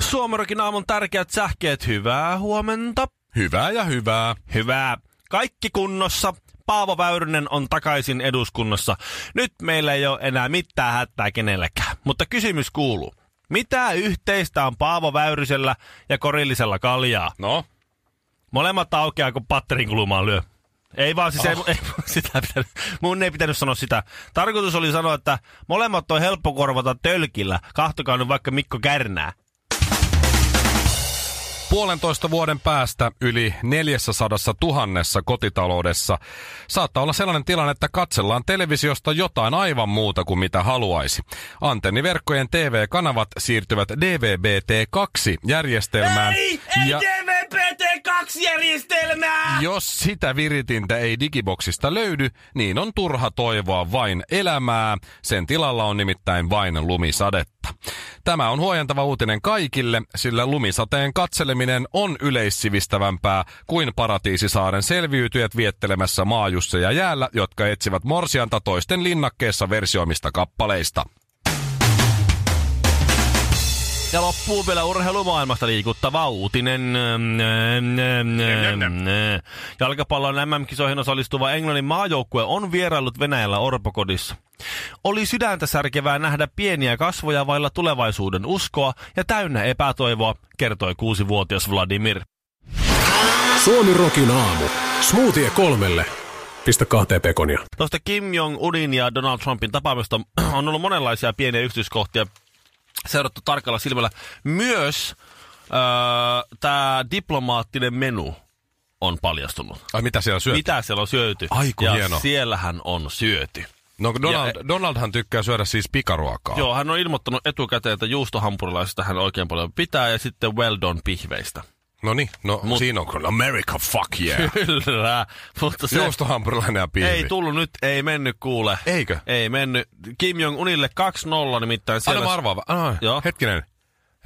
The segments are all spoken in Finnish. Suomarokin aamun tärkeät sähkeet, hyvää huomenta. Hyvää ja hyvää. Hyvää. Kaikki kunnossa. Paavo Väyrynen on takaisin eduskunnassa. Nyt meillä ei ole enää mitään hätää kenellekään. Mutta kysymys kuuluu. Mitä yhteistä on Paavo Väyrysellä ja korillisella kaljaa? No, Molemmat aukeaa, kun patterin kulumaan lyö. Ei vaan, siis oh. ei, ei, sitä pitänyt, mun ei pitänyt sanoa sitä. Tarkoitus oli sanoa, että molemmat on helppo korvata tölkillä. Kahtokaa nyt vaikka Mikko Kärnää. puolentoista vuoden päästä yli 400 000 kotitaloudessa saattaa olla sellainen tilanne, että katsellaan televisiosta jotain aivan muuta kuin mitä haluaisi. Antenniverkkojen TV-kanavat siirtyvät DVB-T2-järjestelmään. ja DVPT2-järjestelmää! jos sitä viritintä ei digiboksista löydy, niin on turha toivoa vain elämää. Sen tilalla on nimittäin vain lumisadetta. Tämä on huojentava uutinen kaikille, sillä lumisateen katseleminen on yleissivistävämpää kuin paratiisisaaren selviytyjät viettelemässä maajussa ja jäällä, jotka etsivät morsianta toisten linnakkeessa versioimista kappaleista. Ja loppuu vielä urheilumaailmasta liikuttava uutinen. Ähm, ähm, ähm, ähm, äh. Jalkapallon MM-kisoihin osallistuva Englannin maajoukkue on vieraillut Venäjällä Orpokodissa. Oli sydäntä särkevää nähdä pieniä kasvoja vailla tulevaisuuden uskoa ja täynnä epätoivoa, kertoi kuusivuotias Vladimir. Suomi Rokin aamu. Smoothie kolmelle. Pistä kahteen pekonia. Tuosta Kim Jong-unin ja Donald Trumpin tapaamista on ollut monenlaisia pieniä yksityiskohtia seurattu tarkalla silmällä. Myös öö, tämä diplomaattinen menu on paljastunut. Ai mitä siellä syöt? Mitä siellä on syöty? Ai, kun ja hienoa. siellähän on syöty. No kun Donald, Ja- Donaldhan tykkää syödä siis pikaruokaa. Joo, hän on ilmoittanut etukäteen, että juustohampurilaisista hän oikein paljon pitää ja sitten well done pihveistä. No niin, no Mut... siinä on kyllä America, fuck yeah. Kyllä, mutta se Juustohampurilainen ja pihvi. ei tullut nyt, ei mennyt kuule. Eikö? Ei mennyt. Kim Jong-unille 2-0 nimittäin siellä. Anna mä arvaa. va- Ah, Joo. Hetkinen.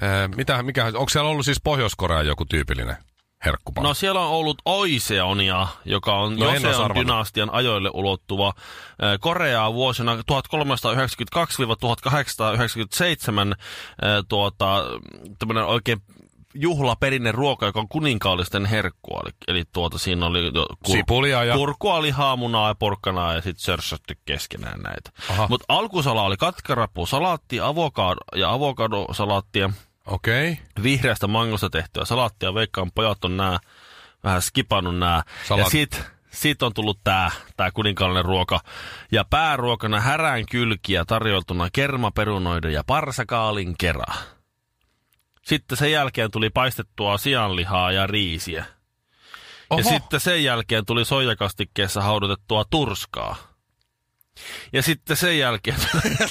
Ee, mitä, mikä, onko siellä ollut siis Pohjois-Korea joku tyypillinen herkkupala? No siellä on ollut Oiseonia, joka on No, no, en ois Joseon arvannut. dynastian ajoille ulottuva eh, Koreaa vuosina 1392-1897 eh, tuota, tämmöinen oikein juhlaperinne ruoka, joka on kuninkaallisten herkkua. Eli, eli tuota, siinä oli jo Sipulia ja- kurkua, lihaa, munaa ja porkkanaa ja sitten sörssätty keskenään näitä. Aha. Mutta alkusala oli katkarapu, salaatti, avokado ja avokadosalaattia Okei. Okay. vihreästä mangosta tehtyä salaattia. Veikkaan pojat on nää, vähän skipannut nää. Salat- Ja sit, sit on tullut tää, tää kuninkaallinen ruoka. Ja pääruokana härän kylkiä tarjoltuna kermaperunoiden ja parsakaalin kera. Sitten sen jälkeen tuli paistettua sianlihaa ja riisiä. Oho. Ja sitten sen jälkeen tuli soijakastikkeessa haudutettua turskaa. Ja sitten sen jälkeen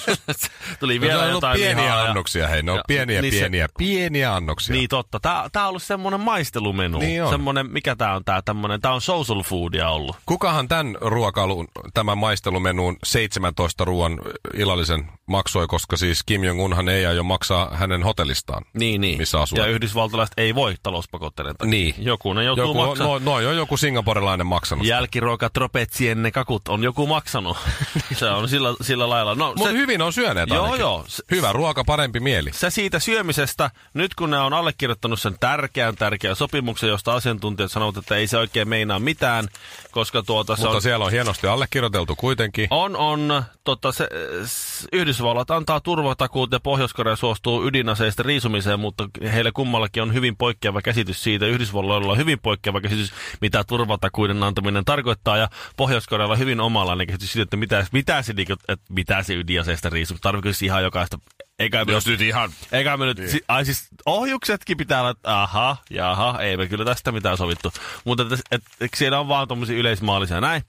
tuli No, vielä se on ollut jotain pieniä lihaa ja- annoksia, hei. Ne on ja- pieniä, niin se- pieniä, pieniä annoksia. niin totta. Tää, tää on ollut semmonen maistelumenu. Niin on. Semmonen, mikä tää on tää tämmönen, tää on social foodia ollut. Kukahan tämän ruokailun, tämän maistelumenuun 17 ruoan illallisen maksoi, koska siis Kim Jong-unhan ei aio maksaa hänen hotellistaan. Niin, niin. Missä asuu. Ja yhdysvaltalaiset ei voi talouspakotteiden takia. Niin. Joku ne joutuu Joku, maksamaan. no, no, on joku singaporelainen maksanut. Jälkiruoka, tropetsien ne kakut on joku maksanut. se on sillä, sillä lailla. No, Mutta se, hyvin on syöneet Joo, ainakin. joo. Se- Hyvä ruoka, parempi mieli. se siitä syömisestä, nyt kun ne on allekirjoittanut sen tärkeän tärkeän sopimuksen, josta asiantuntijat sanovat, että ei se oikein meinaa mitään, koska tuota se Mutta on... siellä on hienosti allekirjoiteltu kuitenkin. On, on. Tota, se, s- Yhdysvallat antaa turvatakuut ja Pohjois-Korea suostuu ydinaseista riisumiseen, mutta heillä kummallakin on hyvin poikkeava käsitys siitä. Yhdysvalloilla on hyvin poikkeava käsitys, mitä turvatakuiden antaminen tarkoittaa, ja Pohjois-Korealla on hyvin omanlainen käsitys siitä, että mitä, mitä, se, niinku- että mitä se ydinaseista riisuminen, tarvitseeko se ihan jokaista... Eikä me nyt ihan... Eikä me nyt... Si, ai siis ohjuksetkin pitää olla, että aha, jaha, ei me kyllä tästä mitään sovittu. Mutta että, että, että siellä on vaan tuommoisia yleismaallisia näin.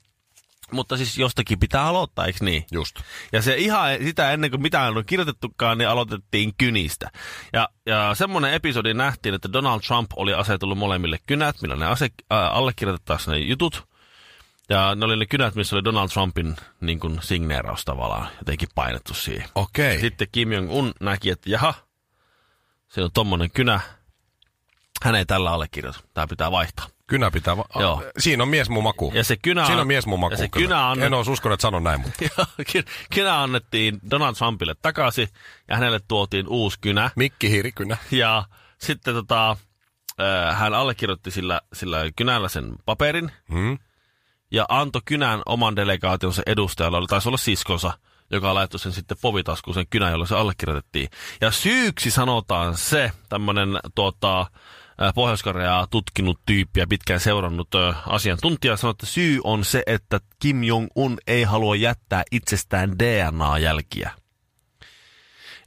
Mutta siis jostakin pitää aloittaa, eikö niin? Just. Ja se ihan sitä ennen kuin mitään on kirjoitettukaan, niin aloitettiin kynistä. Ja, ja semmoinen episodi nähtiin, että Donald Trump oli asetellut molemmille kynät, millä ne ase, äh, allekirjoitettaisiin ne jutut. Ja ne oli ne kynät, missä oli Donald Trumpin niin kuin signeeraus tavallaan jotenkin painettu siihen. Okei. Okay. Sitten Kim Jong-un näki, että jaha, se on tommonen kynä. Hän ei tällä allekirjoita. Tämä pitää vaihtaa. Kynä pitää... Va- Joo. Siinä on mies mun maku. Ja se kynä Siinä an- on mies mun maku. ja se kyllä. kynä an- En olisi uskonut, että sanon näin, mutta... Joo, ky- kynä annettiin Donald Trumpille takaisin ja hänelle tuotiin uusi kynä. Mikki Hiirikynä. Ja sitten tota, ö, hän allekirjoitti sillä, sillä kynällä sen paperin Hmm? ja antoi kynän oman delegaationsa edustajalle, oli- taisi olla siskonsa, joka laittoi sen sitten povitaskuun sen kynän, jolla se allekirjoitettiin. Ja syyksi sanotaan se, tämmöinen tuota, ö, Pohjois-Koreaa tutkinut tyyppi ja pitkään seurannut ö, asiantuntija sanoi, että syy on se, että Kim Jong-un ei halua jättää itsestään DNA-jälkiä.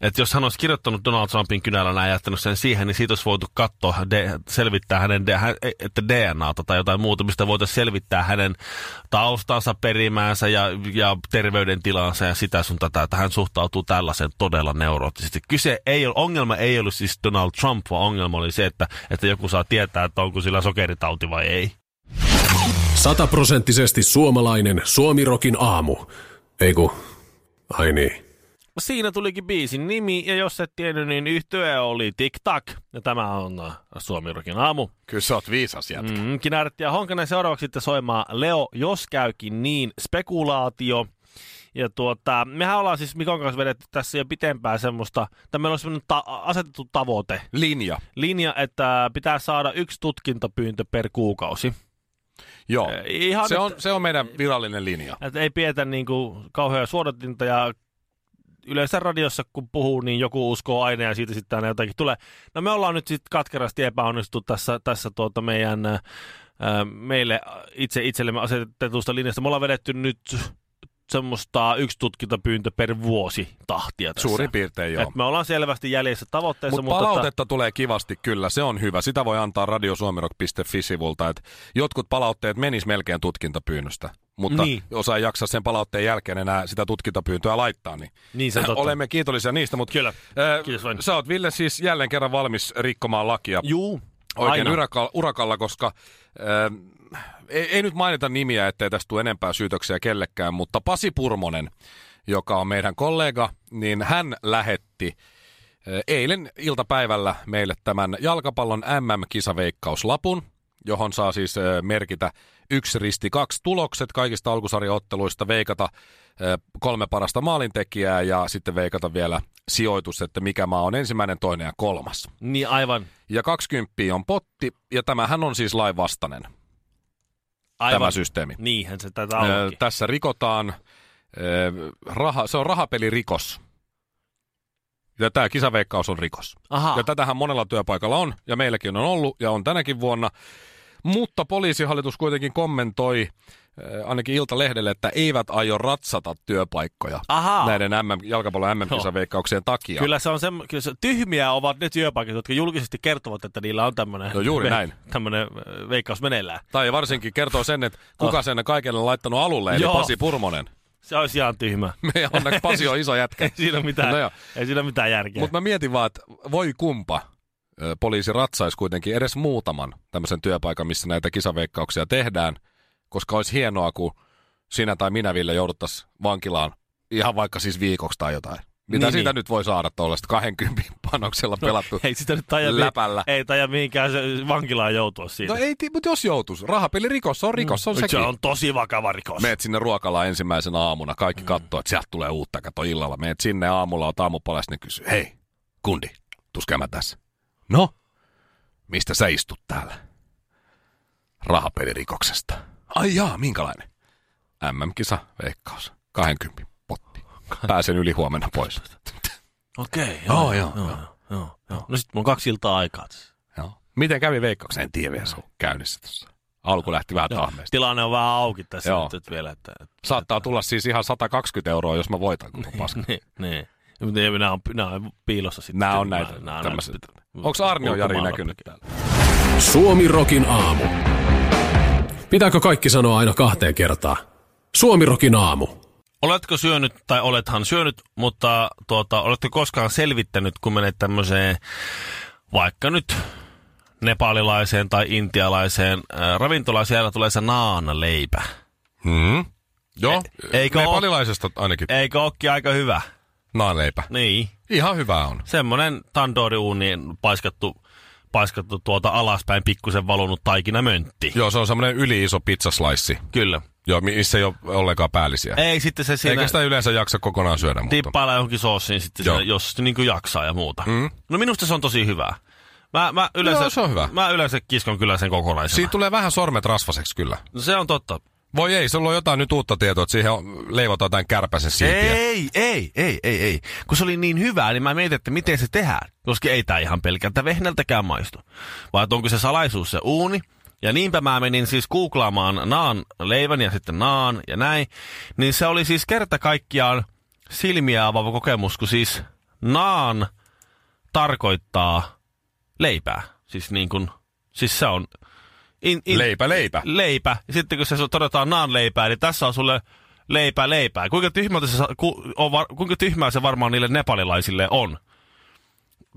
Että jos hän olisi kirjoittanut Donald Trumpin kynällä näin ja jättänyt sen siihen, niin siitä olisi voitu katsoa, de, selvittää hänen de, hä- että DNAta tai jotain muuta, mistä voitaisiin selvittää hänen taustansa, perimäänsä ja, ja terveydentilansa ja sitä sun tätä, että hän suhtautuu tällaiseen todella neuroottisesti. Kyse ei ole, ongelma ei ollut siis Donald Trump, vaan ongelma oli se, että, että joku saa tietää, että onko sillä sokeritauti vai ei. Sataprosenttisesti suomalainen Suomirokin aamu. Ei ku, ai niin. Siinä tulikin biisin nimi, ja jos et tiennyt, niin yhtye oli TikTok. Ja tämä on äh, Suomirokin aamu. Kyllä sä oot viisas jätkä. Mm. Mm, Kinaretti ja Honkanen seuraavaksi sitten soimaan Leo, jos käykin niin, spekulaatio. Ja tuota, mehän ollaan siis Mikon kanssa vedetty tässä jo pitempään semmoista, tai meillä on semmoinen ta- asetettu tavoite, Linja. linja, että pitää saada yksi tutkintapyyntö per kuukausi. Joo. Eh, Ihan Se nyt- on, se on meidän virallinen linja. että ei pidetä niin kuin kauhean suodatinta ja yleensä radiossa kun puhuu, niin joku uskoo aina ja siitä sitten aina jotakin tulee. No me ollaan nyt sitten katkerasti epäonnistu tässä, tässä tuota meidän äh, meille itse itsellemme asetetusta linjasta. Me ollaan vedetty nyt semmoista yksi tutkintapyyntö per vuosi tahtia tässä. Suurin piirtein joo. Et me ollaan selvästi jäljessä tavoitteessa, Mut mutta palautetta tulee kivasti kyllä, se on hyvä. Sitä voi antaa radiosuomirok.fi-sivulta, että jotkut palautteet menis melkein tutkintapyynnöstä, mutta Niin. niin. osa ei jaksa sen palautteen jälkeen enää sitä tutkintapyyntöä laittaa. Niin Niin, se on totta. Olemme kiitollisia niistä, mutta Kyllä. Äh, Kiitos vain. Sä oot Ville siis jälleen kerran valmis rikkomaan lakia juu, oikein aina. urakalla, urakalla, koska äh, ei, ei nyt mainita nimiä, ettei tästä tule enempää syytöksiä kellekään, mutta Pasi Purmonen, joka on meidän kollega, niin hän lähetti äh, eilen iltapäivällä meille tämän jalkapallon MM-kisaveikkauslapun, johon saa siis äh, merkitä yksi risti kaksi tulokset kaikista alkusarjaotteluista, veikata äh, kolme parasta maalintekijää ja sitten veikata vielä sijoitus, että mikä maa on ensimmäinen, toinen ja kolmas Niin aivan, ja 20 on potti, ja tämähän on siis lainvastainen, aivan. tämä systeemi. Niinhän se tätä Ö, onkin. tässä rikotaan, ö, raha, se on rahapelirikos. Ja tämä kisaveikkaus on rikos. Aha. Ja tätähän monella työpaikalla on, ja meilläkin on ollut, ja on tänäkin vuonna. Mutta poliisihallitus kuitenkin kommentoi ö, ainakin Iltalehdelle, että eivät aio ratsata työpaikkoja Aha. näiden MM, jalkapallon MM-kisaveikkauksien takia. Kyllä se on sem- kyllä se, tyhmiä ovat ne työpaikat, jotka julkisesti kertovat, että niillä on tämmöinen No juuri näin. tämmönen ö, veikkaus meneillään. Tai varsinkin kertoo sen, että kuka sen kaiken on laittanut alulle, eli Ah. Joo. Pasi Purmonen. Se olisi ihan tyhmä. Me onneksi Pasi on iso jätkä. Ei siinä ole mitään, No joo. ei siinä ole mitään järkeä. Mutta mä mietin vaan, että voi kumpa ö, poliisi ratsaisi kuitenkin edes muutaman tämmöisen työpaikan, missä näitä kisaveikkauksia tehdään, koska olisi hienoa, kun sinä tai minä, Ville, jouduttaisiin vankilaan ihan vaikka siis viikoksi tai jotain. Mitä Niin, niin, siitä niin. No, niin. nyt voi saada tuollaista 20 panoksella pelattu? ei sitä nyt taja, läpällä. Ei taja mihinkään se vankilaan joutua siitä. No ei, ti- mutta jos joutuisi. Rahapelirikos, se on rikos, se on sekin. se on tosi vakava rikos. Meet sinne ruokalaan ensimmäisenä aamuna, kaikki katsoo, että sieltä tulee uutta, kato illalla. Meet sinne aamulla, oot aamupalassa, niin kysyy, hei, kundi, tuskä mä tässä. No, mistä sä istut täällä? Rahapelirikoksesta. Ai jaa, minkälainen? MM-kisa, veikkaus, 20 potti. Pääsen yli huomenna pois. Okei, Joo, joo, joo. joo, joo. No sit mun on kaksi iltaa aikaa. tässä. joo. Miten kävi veikkauksen? En tiedä, vielä, se on käynnissä tuossa. Alku lähti vähän tahmeesta. Tilanne on vähän auki tässä Joo. nyt, nyt vielä. Että, Saattaa tulla siis ihan 120 euroa, jos mä voitan koko paska. niin, niin. Mutta ei, nämä on, nämä on piilossa sitten. Nää on näitä Nää on tämmöset. näitä- Onko Arnio Jari Ulkomailla- näkynyt täällä? Suomirokin aamu. Pitääkö kaikki sanoa aina kahteen kertaan? Suomirokin aamu. Oletko syönyt, tai olethan syönyt, mutta tuota, oletko koskaan selvittänyt, kun menet tämmöiseen vaikka nyt nepalilaiseen tai intialaiseen äh, ravintolaan, siellä tulee se naanaleipä. Hmm? Joo, E- e- eikö oo- nepalilaisesta ainakin. E- Eikö ookin aika hyvä? Naanleipä. Niin. Ihan hyvää on. Semmoinen tandoori-uuniin paiskattu, paiskattu tuota alaspäin pikkusen valunut taikinamöntti. Joo, se on semmoinen yli iso pizzaslaissi, Kyllä. joo, mi- missä ei ole ollenkaan päällisiä. E- Ei sitten se siinä... Eikä sitä yleensä jaksa kokonaan syödä, mutta... Tippailla Niin, johonkin sossiin sitten, Niin, Joo. siinä, jos niin kuin jaksaa ja muuta. Mm. No minusta se on tosi hyvää. Mä, mä, yleensä, Joo, se on hyvä. mä yleensä kiskon kyllä sen kokonaisena. Siitä tulee vähän sormet rasvaseksi kyllä. No se on totta. Voi ei, sulla on jotain nyt uutta tietoa, että siihen on- leivotaan jotain kärpäsen siipiä. Ei, ei, ei, ei, ei. Kun se oli niin hyvää, niin mä mietin, että miten se tehdään. Koska ei tää ihan pelkältä vehnältäkään maistu. Vai että onko se salaisuus se uuni? Ja niinpä mä menin siis googlaamaan naan leivän ja sitten naan ja näin. Niin se oli siis kerta kaikkiaan silmiä avaava kokemus, kun siis naan tarkoittaa leipää. Siis niin kuin, siis se on... In, in, Leipä, leipä. leipä. Ja sitten kun se su- todetaan naan leipää, niin tässä on sulle leipää leipää. Kuinka tyhmältä se, sa- ku, on, var- kuinka tyhmää se varmaan niille nepalilaisille on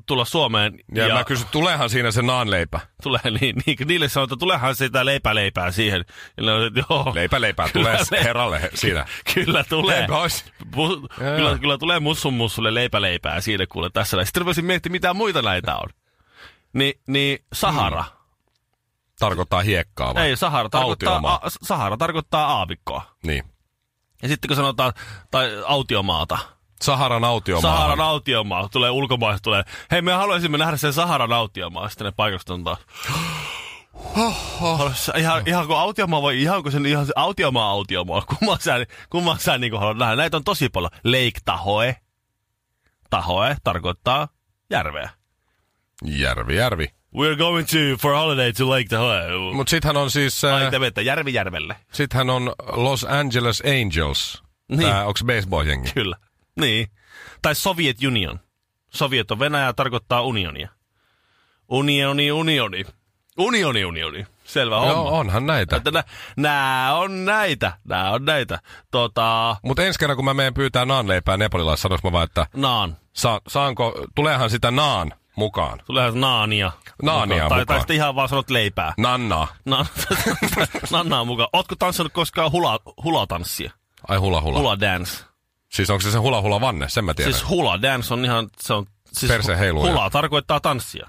tulla Suomeen Ja, ja mä kysyn, tuleehan siinä se naanleipä. tulee, niin, niin, niille sanotaan, että tulehan sitä leipää leipää siihen. Ja ne on, että joo, Leipä, leipää, tulee Kyllä se- herralle he- siinä. kyllä tulee. Leipä olisi. Pu- Joo. kyllä, kyllä tulee mussun mussulle leipä leipää siinä kuule tässä. näin. Sitten rupesin miettimään, mitä muita näitä on. Ni, niin Sahara. Mm. Tarkoittaa hiekkaa vai? Ei, Sahara tarkoittaa, Autiomaa. a, Sahara tarkoittaa aavikkoa. Niin. Ja sitten kun sanotaan, tai autiomaata, Saharan autiomaa. Saharan autiomaa, tulee ulkomaista, tulee, hei me haluaisimme nähdä sen Saharan autiomaa, sitten ne paikasta on taas. Haluais- Ihan, ihan kun autiomaa voi, ihan kun sen ihan se autiomaa autiomaa, kumman sä, kumman sä niin haluat nähdä. Näitä on tosi paljon. Lake Tahoe. Tahoe tarkoittaa järveä. Järvi, järvi. We're going to, for holiday to Lake Tahoe. Mut sithän on siis, äh, Ai te vettä, järvi järvelle. sithän on Los Angeles Angels. Niin. Tää, onks baseball-jengi? Kyllä. Niin. Tai Soviet Union. Soviet on Venäjä, tarkoittaa unionia. Unioni, unioni. Unioni, unioni. Selvä Joo, homma. onhan näitä. Että nä, nää on näitä. Nää on näitä. Tota, Mutta ensi kerran, kun mä menen pyytää naanleipää Nepolilaissa, sanois mä vaan, että naan. sa- saanko, tuleehan sitä naan mukaan. Tuleehan naania. Naania Tai, tai mukaan. sitten ihan vaan sanot leipää. Nanna. Na, nannaa mukaan. Ootko tanssinut koskaan hula, hulatanssia? Ai hula hula. hula. Hula dance. Siis onko se se hula hula vanne? Sen mä tiedän. Siis... Siis hula dance on ihan, se on, siis Perseen heiluja. Hula tarkoittaa tanssia.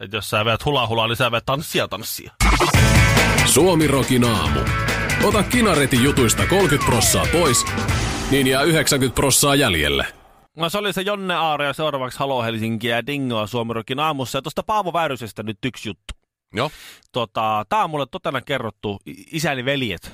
Et jos sä veät hula hulaa, niin sä veät tanssia tanssia. Suomirokin aamu. Ota kinaretin jutuista 30 prossaa pois, niin jää 90 prossaa jäljelle. No se oli se Jonne Aaro ja seuraavaksi Halo Helsinkiä ja Dingoa Suomirokin aamussa. Ja tuosta Paavo Väyrysestä nyt yksi juttu. Joo. Tota, tää on mulle totena kerrottu, I- isäni veljet ö,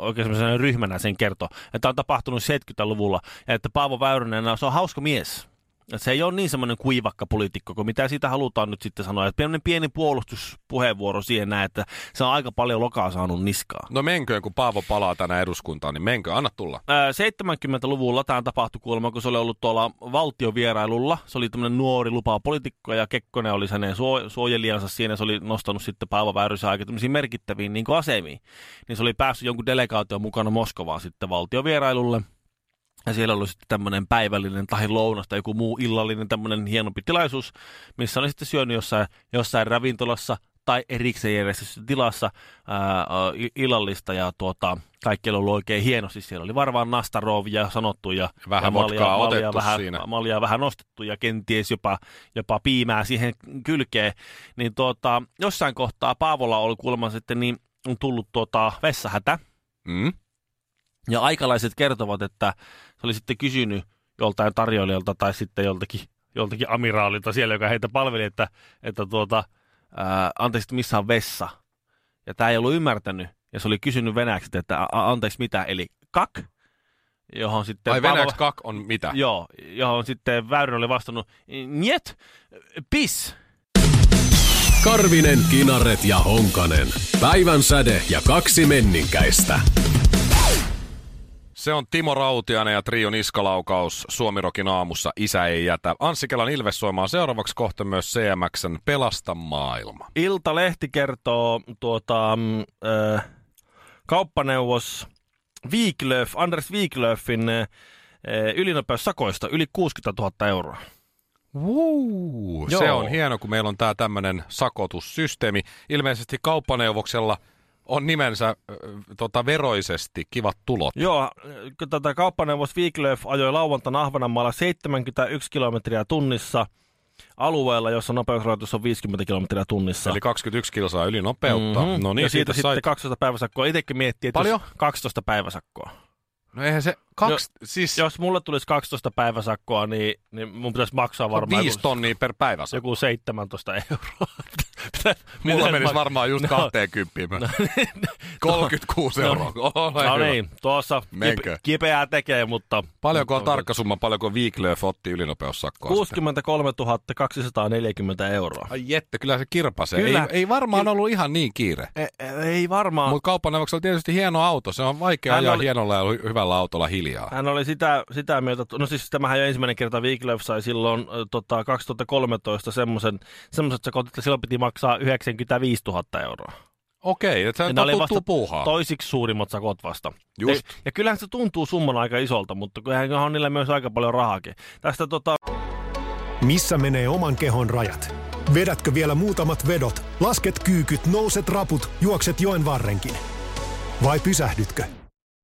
oikein semmoisena ryhmänä sen kertoo, että on tapahtunut 70-luvulla ja että Paavo Väyrynen, no, se on hauska mies. Että se ei ole niin semmoinen kuivakka poliitikko, kuin mitä siitä halutaan nyt sitten sanoa. Että pieni, pieni puolustuspuheenvuoro siihen näin, että se on aika paljon lokaa saanut niskaa. No menköön, kun Paavo palaa tänä eduskuntaan, niin menköön, anna tulla. Ää, 70-luvulla tämä tapahtui kuulemma, kun se oli ollut tuolla valtiovierailulla. Se oli tämmöinen nuori lupaa poliitikko ja Kekkonen oli hänen suo- suojelijansa siinä. Se oli nostanut sitten Paavo Väyrysen aika tämmöisiin merkittäviin niin asemiin. Niin se oli päässyt jonkun delegaation mukana Moskovaan sitten valtiovierailulle. Ja siellä oli sitten tämmöinen päivällinen tai lounas tai joku muu illallinen tämmöinen hienompi tilaisuus, missä oli sitten syönyt jossain, jossain ravintolassa tai erikseen järjestetyssä tilassa ää, ö, i- illallista ja tuota, kaikki oli ollut oikein hieno. Siis siellä oli varmaan nastarovia sanottu ja, Vähän ja vodkaa otettu vähän, siinä. maljaa vähän nostettu ja kenties jopa, jopa piimää siihen kylkeen. Niin tuota, jossain kohtaa Paavolla oli kuulemma sitten niin on tullut tuota vessahätä. Mm? Ja aikalaiset kertovat, että se oli sitten kysynyt joltain tarjoilijalta tai sitten joltakin, joltakin amiraalilta siellä, joka heitä palveli, että, että tuota, ää, anteeksi, että missä on vessa. Ja tämä ei ollut ymmärtänyt, ja se oli kysynyt venäjäksi, että a, anteeksi mitä, eli kak, johon sitten... Ai Paavo- venäjäksi kak on mitä? Joo, johon sitten Väyrynen oli vastannut, niet, pis. Karvinen, Kinaret ja Honkanen. Päivän säde ja kaksi menninkäistä. Se on Timo Rautiainen ja Trio Niskalaukaus Suomirokin aamussa Isä ei jätä. Anssi Kelan Ilves soimaan seuraavaksi kohta myös CMXn Pelasta maailma. Iltalehti kertoo tuota, mm, ö, äh, kauppaneuvos Wiglöf, Anders Wiglöfin eh, ylinopeussakoista yli 60 000 euroa. Woo, se Joo. on hieno, kun meillä on tämä tämmöinen sakotussysteemi. Ilmeisesti kauppaneuvoksella on nimensä äh, tota, veroisesti kivat tulot. Joo, äh, kun tätä kauppaneuvos Wiglöf ajoi lauantaina Ahvenanmaalla 71 kilometriä tunnissa alueella, jossa nopeusrajoitus on 50 kilometriä tunnissa. Eli 21 kilsaa yli nopeutta. Mhm. Mm-hmm. No niin, ja siitä, sait. sitten 12 päiväsakkoa. Itsekin miettii, että Paljon? jos 12 päiväsakkoa. No eihän se kaksi, jo, siis jo, Jos mulle tulisi 12 päiväsakkoa, niin, niin mun pitäisi maksaa varmaan viisi joku, tonnia per päivä. Joku, joku 17 euroa. Mitä- Mulla miten menisi mä- varmaan just No. niin. 20. No, 36 no, euroa. Ole No hyvä. niin, tuossa Menkö? kipe- kipeää tekee, mutta Paljonko Tuota- on tarkka summa, paljonko Wiglöf otti ylinopeussakkoa? 63 240 euroa. Ai jette, kyllä se kirpasee. Kyllä. Ei, ei varmaan ollut ihan niin kiire. Ei, E- ei varmaan. Mutta kauppaneuvoksella on tietysti hieno auto. Se on vaikea Ah. Hän ajaa oli- hienolla ja hy- hyvällä autolla hiljaa. Hän oli sitä, sitä mieltä, että- no siis tämähän jo ensimmäinen kerta Wiglöf sai silloin ö, tota, 2013 semmoisen, semmoiset sakot, että silloin piti maksaa 95 000 euroa. Okei, että Ja hän ne oli totuttu vasta puuhaa. Toisiksi suurimmat sakot vasta. Just. Ja, ja kyllähän se tuntuu summana aika isolta, mutta kyllähän on niillä myös aika paljon rahaakin. Tästä tota, Missä menee oman kehon rajat? Vedätkö vielä muutamat vedot? Lasket kyykyt, nouset raput, juokset joen varrenkin. Vai pysähdytkö?